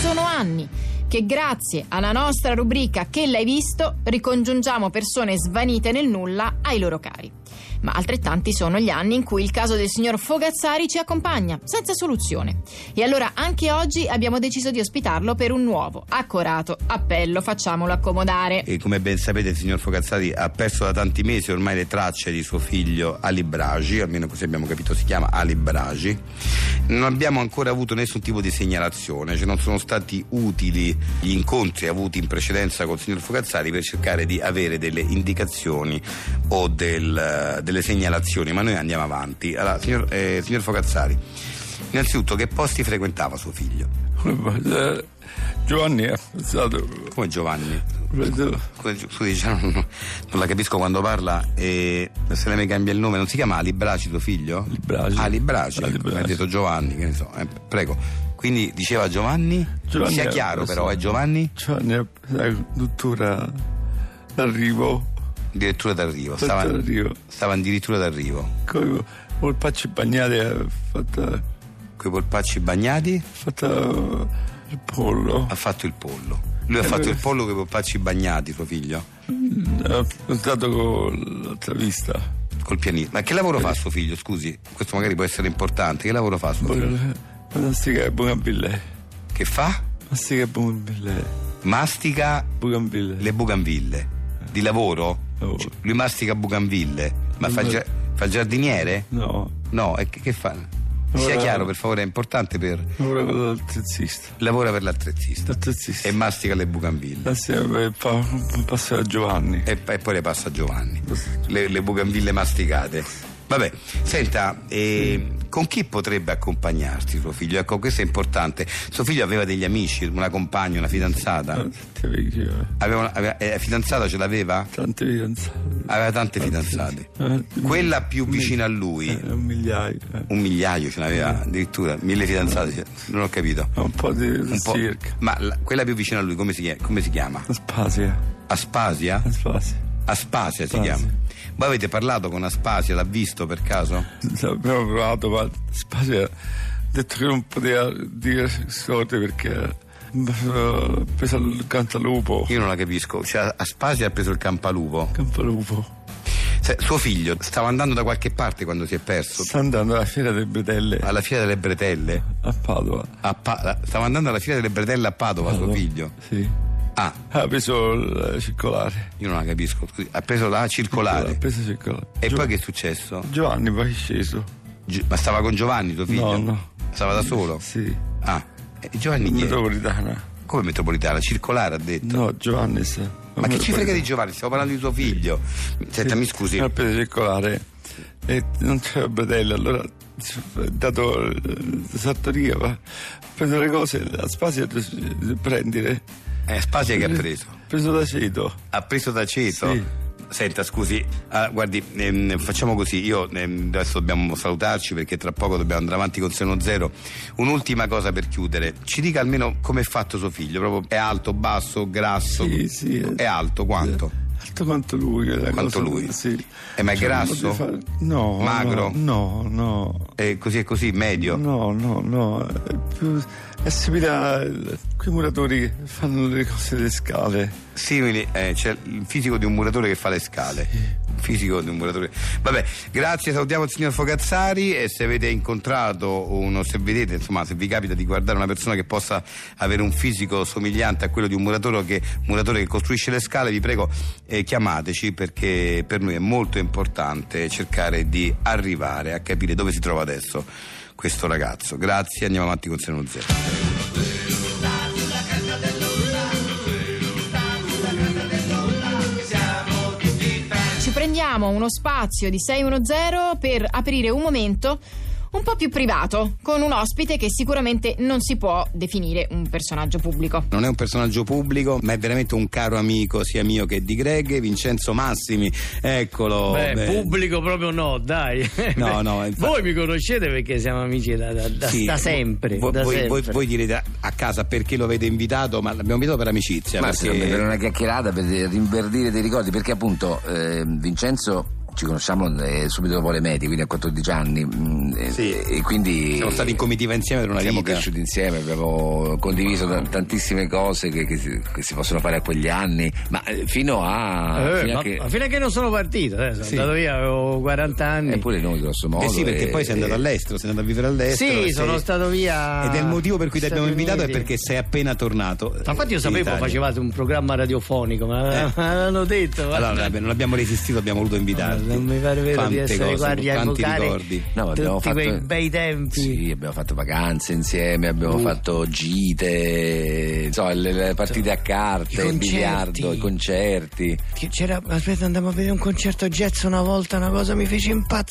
Sono anni che grazie alla nostra rubrica Che l'hai visto ricongiungiamo persone svanite nel nulla ai loro cari. Ma altrettanti sono gli anni in cui il caso del signor Fogazzari ci accompagna, senza soluzione. E allora anche oggi abbiamo deciso di ospitarlo per un nuovo, accorato appello, facciamolo accomodare. E come ben sapete il signor Focazzari ha perso da tanti mesi ormai le tracce di suo figlio Ali Bragi, almeno così abbiamo capito si chiama Ali Bragi. Non abbiamo ancora avuto nessun tipo di segnalazione, cioè non sono stati utili gli incontri avuti in precedenza col signor Focazzari per cercare di avere delle indicazioni o del- delle segnalazioni, ma noi andiamo avanti. Allora, signor, eh, signor Focazzari, innanzitutto che posti frequentava suo figlio? Eh, Giovanni è stato Come Giovanni? Come- Scusi, cioè, non, non la capisco quando parla e se lei mi cambia il nome, non si chiama Ali Braci tuo figlio? Ali Braci. Ali Braci, Ali ecco, come ha Braci. detto Giovanni, che ne so, eh, prego. Quindi diceva Giovanni? Giovanni sia è- eh chiaro sì. però, è Giovanni? Giovanni è sai, tuttora d'arrivo Addirittura d'arrivo, Addirittura stava, d'arrivo. stava addirittura d'arrivo. con polpacci bagnati ha fatto, Coi polpacci bagnati fatto il pollo ha fatto il pollo. Lui ha fatto il pollo con i polpacci bagnati, suo figlio, Ah. è stato con l'altra vista col pianista. Ma che lavoro fa suo figlio, scusi? Questo magari può essere importante. Che lavoro fa suo figlio? mastica e bugambille Che fa? mastica e bugambille Mastica bugambille le bucanville di lavoro? Lavoro. Cioè, Lui mastica bucanville, ma fa, il gia- fa il giardiniere? no No, e che, che fa? Sia Lavora- chiaro, per favore, è importante per ora con l'altrezzista lavora per l'attrezzista l'altrezzista e mastica le bucanville. insieme pa- passa a Giovanni E, e poi le passa a Giovanni. Le, le bucanville masticate. Vabbè, senta, eh, con chi potrebbe accompagnarti suo figlio? Ecco, questo è importante. Suo figlio aveva degli amici, una compagna, una fidanzata. tante vecchie Aveva una- aveva- eh, fidanzata ce l'aveva? tante fidanzate Aveva tante fidanzate. Eh, Quella più vicina a lui, eh, un migliaio eh. un migliaio ce Mm. n'aveva addirittura, mille fidanzate, cioè, non ho capito. un po' di Un po'. circa Ma la- quella più vicina a lui come si, chia- come si chiama? Aspasia Aspasia? Aspasia Aspasia si Aspasia. chiama. Voi avete parlato con Aspasia, l'ha visto per caso? abbiamo provato ma Aspasia ha detto che non poteva dire sorte perché mm, ha preso il cantalupo Io non la capisco. Cioè, Aspasia ha preso il campalupo. cantalupo Se- suo figlio stava andando da qualche parte quando si è perso, sta andando alla fiera delle bretelle alla fiera delle bretelle. a Padova A Pa- stava andando alla fiera delle bretelle a Padova, suo figlio. sì Ah, ha preso il circolare io non la capisco. scusi. Ha preso la ha circolare. preso il circolare E Gio- poi che è successo? Giovanni poi è sceso Gio- ma stava con Giovanni, tuo figlio? No, no. Stava da solo? sì Ah, e Giovanni chi è? metropolitana Come metropolitana? Circolare ha detto. no Giovanni sì. Ma che ci frega di Giovanni? Stiamo parlando di tuo figlio. Eh, Senta, mi scusi. Era per circolare e eh, non c'era Bretello, allora ha dato eh, sartoria, va. ha preso le cose, la spazio da prendere, È Spasia eh, che ha preso. ha preso l'aceto, Ha preso d'aceto. eh, Sì. Senta, scusi, ah, guardi, ehm, facciamo così, io ehm, adesso dobbiamo salutarci perché tra poco dobbiamo andare avanti con Seno Zero. Un'ultima cosa per chiudere, ci dica almeno come è fatto suo figlio, proprio è alto, basso, grasso? Sì, sì, eh. È alto, quanto? alto quanto lui. che è la Quanto cosa- lui? Sì. Eh, ma è Cioè, non grasso? potevi fare- No. Magro? No, no. Eh, così e così, medio? No, no, no. no. È, più, è simile a quei muratori che fanno le cose delle scale. simili eh, c'è il fisico di un muratore che fa le scale Il fisico di un muratore vabbè grazie salutiamo il signor Fogazzari e se avete incontrato uno se vedete insomma se vi capita di guardare una persona che possa avere un fisico somigliante a quello di un muratore che, muratore che costruisce le scale vi prego eh, chiamateci perché per noi è molto importante cercare di arrivare a capire dove si trova adesso questo ragazzo grazie andiamo avanti con Seno Zero Ci prendiamo uno spazio di 610 per aprire un momento un po' più privato, con un ospite che sicuramente non si può definire un personaggio pubblico. Non è un personaggio pubblico, ma è veramente un caro amico sia mio che di Greg, Vincenzo Massimi. Eccolo. Eh, Beh, Beh, pubblico proprio no, dai. No, no, infatti- Voi mi conoscete perché siamo amici da, da- da- sì. da sempre. Voi, da voi- sempre. voi- voi direte a- a casa perché lo avete invitato, ma l'abbiamo invitato per amicizia. Ma perché- secondo me per una chiacchierata, per rinverdire dei ricordi, perché appunto eh, Vincenzo ci conosciamo eh, subito dopo le medie, quindi a 14 anni. mm, e- Sì. E quindi. Siamo stati in comitiva insieme per una Siamo vita. cresciuti insieme, abbiamo condiviso ta- tantissime cose che, che si, che si possono fare a quegli anni, ma eh, fino a. Eh, fino a ma- che- ma fino a che non sono partito, eh, sono Sì. andato via, avevo 40 anni. Eppure noi, grosso modo. Eh sì, perché e- poi sei andato e- all'estero, sei andato a vivere all'estero. Sì, sei- sono stato via. Ed è il motivo per cui ti Stati abbiamo invitato è Uniti. perché sei appena tornato. Ma infatti io sapevo che facevate un programma radiofonico, ma Eh. me l'hanno detto. guarda. Allora, vabbè, non abbiamo resistito, abbiamo voluto invitarti. Non mi pare vero Quante di essere cose, guardia a quanti evocare ricordi. No, tutti abbiamo fatto- quei bei tempi. Sì, abbiamo fatto vacanze insieme, abbiamo fatto gite, insomma, le, le partite a I carte, il concerti. biliardo, i concerti. Che C'era, aspetta, andammo a vedere un concerto jazz una volta, una cosa mi fece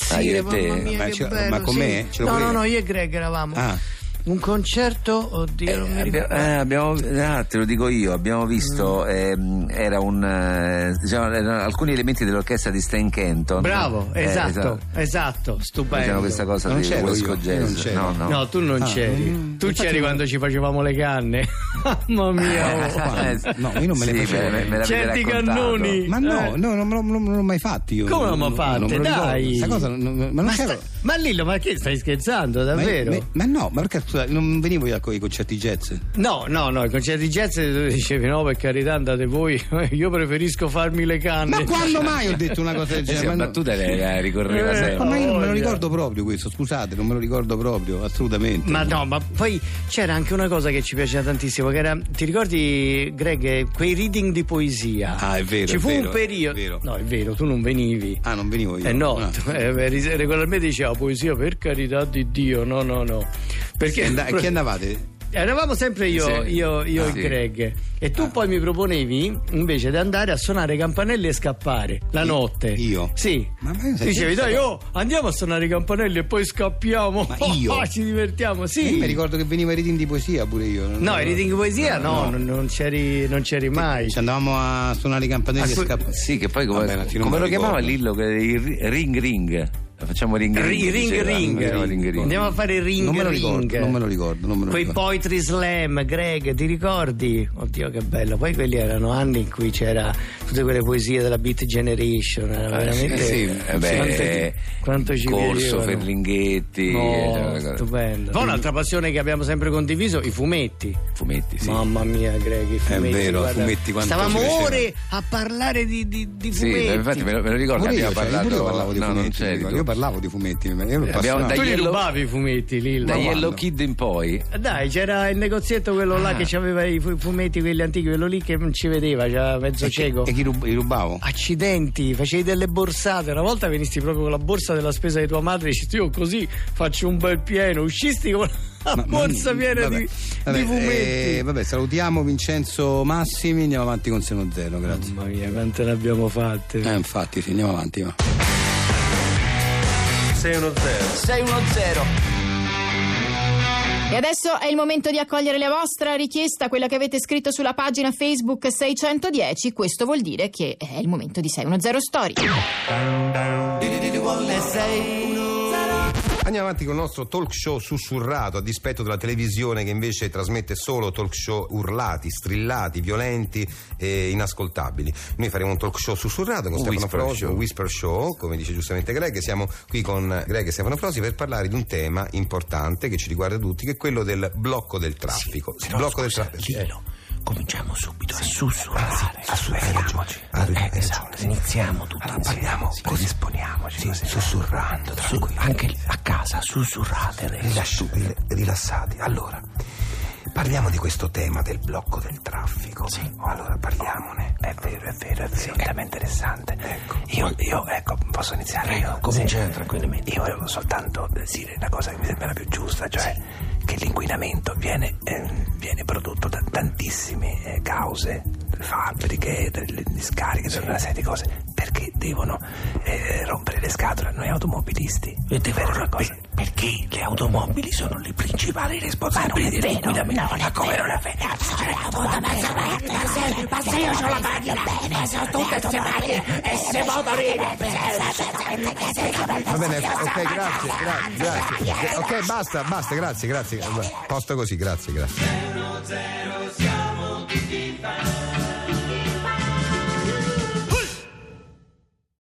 Ah, impazzire. io e te? mamma mia, Ma che ce- bello, ma con sì. me? Ce lo No, puoi- no, no, io e Greg eravamo. Ah. Un concerto, oddio, Eh, non mi abbia- ricordo. eh, abbiamo- ah, te lo dico io, abbiamo visto ehm, era un, eh, diciamo, erano alcuni elementi dell'orchestra di Stan Kenton. Bravo, Eh, esatto, Eh, esatto, Diciamo stupendo. questa cosa Non di c'ero io, io Wesco non Jazz. c'ero. No, no. No, tu non Ah, c'eri. mm, tu c'eri quando ci facevamo le canne. Mamma mia. oh. Eh, no, io non me le Sì, facevo. me- me l'avevi Certi raccontato. cannoni. Ma no, no, non, non- non- non l'ho mai fatto io. Eh. Come non l'ho me lo fatte? ricordo. Dai. Questa cosa non- non- ma non Ma, c'ero. sta- ma Lillo, ma che stai scherzando, Ma- davvero? Ma, ma no, ma perché scusa, non venivo io a coi concerti jazz? No, no, no, i concerti jazz tu dicevi no, per carità andate voi, io preferisco farmi le canne. Ma quando mai ho detto una cosa del Eh, sì, genere? la Cioè, Ma no. battuta le- la ricorreva Eh, sempre. Ma io non me Voglia. lo ricordo proprio questo, scusate, non me lo ricordo proprio, assolutamente. Ma no, ma poi c'era anche una cosa che ci piaceva tantissimo, che era, ti ricordi Greg, quei reading di poesia? Ah, è vero, Ci è fu vero, un è vero. periodo... No, è vero, tu non venivi. Ah, non venivo io. Eh no, Ah. tu- eh, beh, regolarmente diceva poesia per carità di Dio, no, no, no. Perché Chi and- chi andavate? Eravamo sempre io, Sì. io, io Ah, e sì. Greg. E Ah. tu poi mi proponevi invece di andare a suonare campanelli e scappare la notte. io? Sì. Ma- ma io sai- Dicevi, sai- dai, oh, andiamo a suonare i campanelli e poi scappiamo. Ma io? Ah, ci divertiamo, Io mi sì. ricordo che veniva i reading di poesia pure io. non- No, i reading poesia no, no. non- Non, c'eri, non c'eri mai. Ci andavamo a Ah, suonare i campanelli e scappare. Sì, che poi Vabbè, un come, attimo, come me lo lo ricordo. chiamava Lillo? che- il Ring ring. Facciamo ring ring. Ring ring, diceva. Facciamo ring, ring. Andiamo a fare ring Non me lo ricordo, ring. non me lo ricordo, non me lo Quei ricordo. poetry slam, Greg, ti ricordi? Oddio che bello. Poi quelli erano anni in cui c'era tutte quelle poesie della Beat Generation, era veramente Eh, sì, eh, beh, quante- quanto ci Corso, piacevano. Ferlinghetti, No, eh, cioè, stupendo. Poi un'altra passione che abbiamo sempre condiviso, i fumetti. fumetti, sì. Mamma mia, Greg, i fumetti. vero, guarda. fumetti quanto ci Stavamo piaceva. ore a parlare di, di- di Sì, fumetti. infatti me lo, me lo ricordo, Pure io, abbiamo cioè, parlato... io pure parlavo di no, non fumetti. c'eri dico, tu. Io parlavo di fumetti, ma io ero Abbiamo appassionato. dai- tu li Yellow- rubavi i fumetti, Lillo. Da Ma Yellow quando? Kid in poi... Eh, Dai, c'era il negozietto quello là Ah. che aveva i fu- fumetti, quelli antichi, quello lì che non ci vedeva, c'era mezzo E chi- cieco. E chi rub- li rubavo? Accidenti, facevi delle borsate. Una volta venisti proprio con la borsa della spesa di tua madre e dici io così faccio un bel pieno. Uscisti con Ma- la ma- borsa piena vabbè, di, vabbè, di fumetti. eh, vabbè, salutiamo Vincenzo Massimi, andiamo avanti con Seno Zero, grazie. Mamma mia, quante ne abbiamo fatte. Mm. Eh, infatti, sì, andiamo avanti. va. 610 E adesso è il momento di accogliere la vostra richiesta, quella che avete scritto sulla pagina Facebook 610. Questo vuol dire che è il momento di 610 Story. Andiamo avanti con il nostro talk show sussurrato, a dispetto della televisione che invece trasmette solo talk show urlati, strillati, violenti e inascoltabili. Noi faremo un talk show sussurrato con Un Stefano whisper Frosi, show. un whisper show, come dice giustamente Greg. Siamo qui con Greg e Stefano Frosi per parlare di un tema importante che ci riguarda tutti, che è quello del blocco del traffico. Il blocco del traffico. Cominciamo subito a sussurrare. a sussurriamoci. Ah, eh, Hai esatto. ragione. Iniziamo tutti Allora, insieme. parliamo Sì, così. disponiamoci. Sì, così. sussurrando, Su- tranquilli. anche a casa, sussurrate. Rilasci- ril- rilassati. Allora, parliamo di questo tema del blocco del traffico. Sì. Allora, parliamone. È vero, è vero, è vero, è tema interessante. Ecco. Io, io, ecco, posso iniziare? io? comincia Sì. tranquillamente. Io volevo soltanto dire la cosa che mi sembra più giusta, cioè che l'inquinamento viene, ehm, viene prodotto da tantissime eh, cause, fabbriche, delle discariche, da una serie di cose, perché devono eh, rompere le scatole a noi automobilisti. per una cosa. Perché le automobili sono le principali responsabili dell'inquinamento. Ma come non è vero? Ma se io ho la macchina, sono tutte macchine e se Va bene, ok, grazie, gra- grazie. Ok, basta, basta, grazie, grazie. Posto così, grazie, grazie. Siamo tutti